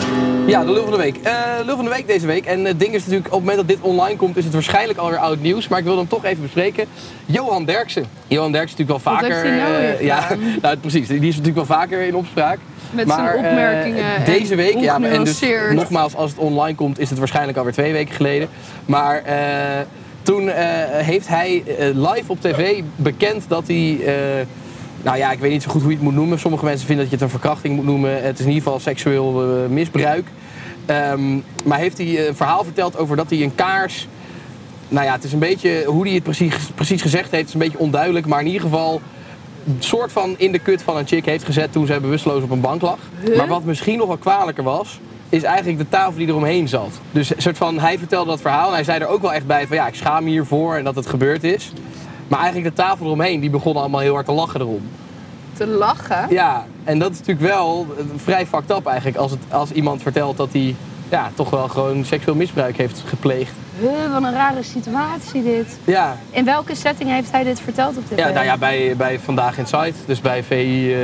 B: Ja, de lul van de week. Eh, lul van de week deze week. En het ding is natuurlijk, op het moment dat dit online komt, is het waarschijnlijk alweer oud nieuws. Maar ik wil hem toch even bespreken. Johan Derksen. Johan Derksen is natuurlijk wel
C: Wat
B: vaker.
C: heeft hij nou
B: eh,
C: weer
B: ja,
C: gedaan?
B: (laughs) nou, precies. Die is natuurlijk wel vaker in opspraak.
C: Met
B: maar,
C: zijn
B: eh,
C: opmerkingen. en
B: deze week, ja, maar- en dus
C: ongenuanceerd.
B: nogmaals, als het online komt, is het waarschijnlijk alweer twee weken geleden. Maar eh, toen eh, heeft hij eh, live op tv bekend dat hij. eh, nou ja, ik weet niet zo goed hoe je het moet noemen. Sommige mensen vinden dat je het een verkrachting moet noemen. Het is in ieder geval seksueel eh, misbruik. Ehm, maar heeft hij een verhaal verteld over dat hij een kaars. Nou ja, het is een beetje hoe hij het precies, precies gezegd heeft, is een beetje onduidelijk. Maar in ieder geval soort van in de kut van een chick heeft gezet toen zij bewusteloos op een bank lag. Maar wat misschien nog wel kwalijker was, is eigenlijk de tafel die eromheen zat. Dus een soort van, hij vertelde dat verhaal en hij zei er ook wel echt bij van ja, ik schaam me hiervoor en dat het gebeurd is. Maar eigenlijk de tafel eromheen, die begon allemaal heel hard te lachen erom.
C: Te lachen.
B: Ja, en dat is natuurlijk wel eh, vrij fucked up eigenlijk als, het, als iemand vertelt dat hij ja, toch wel gewoon seksueel misbruik heeft gepleegd.
C: Huh, wat een rare situatie dit.
B: Ja,
C: In welke setting heeft hij dit verteld op tv?
B: ja nou ja, bij, bij Vandaag Inside, dus bij VI... eh,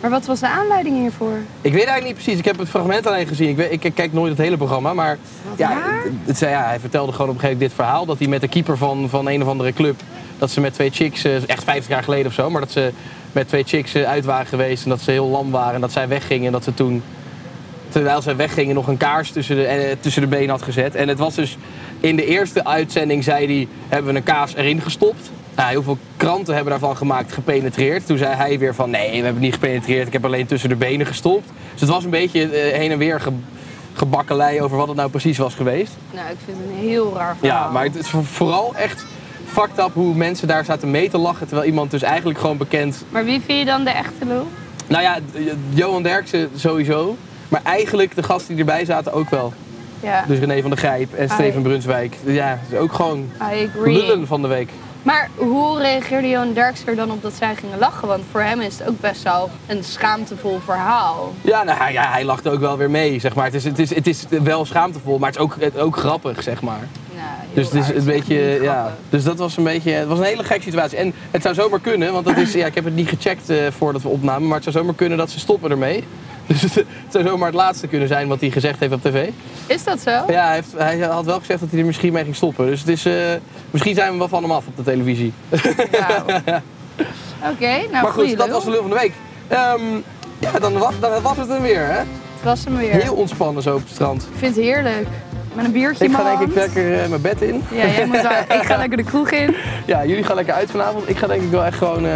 C: Maar wat was de aanleiding hiervoor?
B: Ik weet eigenlijk niet precies. Ik heb het fragment alleen gezien. Ik, weet, ik kijk nooit het hele programma. Maar ja,
C: raar.
B: het- het zei- ja, hij vertelde gewoon op een gegeven moment dit verhaal. Dat hij met de keeper van, van een of andere club. Dat ze met twee chicks, eh, echt 50 jaar geleden of zo. Maar dat ze met twee chicks eh, uit waren geweest. En dat ze heel lam waren. En dat zij weggingen. En dat ze toen, terwijl zij weggingen, nog een kaars tussen de, eh, tussen de benen had gezet. En het was dus in de eerste uitzending, zei hij, hebben we een kaas erin gestopt. Nou, heel veel kranten hebben daarvan gemaakt, gepenetreerd. Toen zei hij weer van, nee, we hebben niet gepenetreerd. Ik heb alleen tussen de benen gestopt. Dus het was een beetje eh, heen en weer ge- gebakkelei over wat het nou precies was geweest.
C: Nou, ik vind het een heel raar verhaal.
B: Ja, maar het is voor- vooral echt fucked up hoe mensen daar zaten mee te lachen. Terwijl iemand dus eigenlijk gewoon bekend...
C: Maar wie vind je dan de echte lul?
B: Nou ja, Johan Derksen sowieso. Maar eigenlijk de gasten die erbij zaten ook wel.
C: Ja,
B: Dus René van der Gijp en Steven
C: Ai.
B: Brunswijk. Ja, ook gewoon
C: I agree.
B: lullen van de week.
C: Maar hoe reageerde Johan Derks er dan op dat zij gingen lachen? Want voor hem is het ook best wel een schaamtevol verhaal.
B: Ja, nou, hij, ja, hij lacht ook wel weer mee, zeg maar. Het is, het is, het is wel schaamtevol, maar het is ook, het, ook grappig, zeg maar.
C: Nou, heel
B: Dus het is
C: raar.
B: een
C: echt
B: beetje,
C: niet
B: ja.
C: grappig.
B: Dus dat was een beetje, het was een hele gekke situatie. En het zou zomaar kunnen, want dat is, ja, ik heb het niet gecheckt eh, voordat we opnamen, maar het zou zomaar kunnen dat ze stoppen ermee. (laughs) Dus het, het zou zomaar het laatste kunnen zijn wat hij gezegd heeft op tv.
C: Is dat zo?
B: Ja, hij, heeft, hij had wel gezegd dat hij er misschien mee ging stoppen. Dus het is, eh, misschien zijn we wel van hem af op de televisie.
C: Wauw. Oké, nou
B: maar goed,
C: goeie
B: dat
C: lul.
B: was de lul van de week. Ehm, ja, dan was, dan was het hem weer, hè?
C: Het was hem weer.
B: Heel ontspannen zo op het strand.
C: Ik vind het heerlijk. Met een biertje
B: Ik
C: in
B: ga
C: mijn
B: denk ik
C: hand.
B: lekker eh, mijn bed in.
C: Ja, jij moet wel- ik ga lekker de kroeg in.
B: Ja, jullie gaan lekker uit vanavond. Ik ga denk ik wel echt gewoon eh,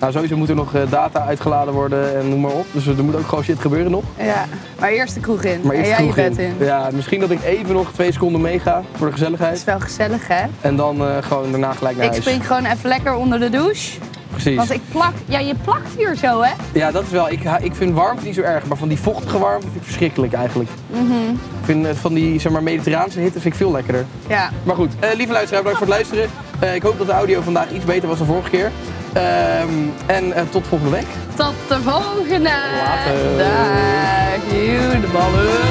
B: Nou, sowieso moet er nog eh, data uitgeladen worden en noem maar op. Dus er moet ook gewoon shit gebeuren nog.
C: Ja, maar eerst de kroeg in.
B: Maar eerst
C: en jij
B: kroeg
C: je bed in.
B: Ja, misschien dat ik even nog twee seconden meega voor de
C: Dat is
B: gezelligheid.
C: wel gezellig, hè?
B: En dan eh, gewoon daarna gelijk naar
C: Ik
B: huis.
C: spring gewoon even lekker onder de douche.
B: Precies.
C: Want ik plak... Ja, je plakt hier zo, hè?
B: Ja, dat is wel. Ik, ha- ik vind warmte niet zo erg, maar van die vochtige warmte vind ik verschrikkelijk eigenlijk.
C: Mhm.
B: Ik vind eh, van die zeg maar, mediterraanse hitte vind ik veel lekkerder.
C: Ja.
B: Maar goed, eh, lieve luisteraar, bedankt voor het luisteren. Eh, ik hoop dat de audio vandaag iets beter was dan vorige keer. Ehm, en eh, tot volgende week.
C: Tot de volgende.
B: Later.
C: Dag, jullie ballen.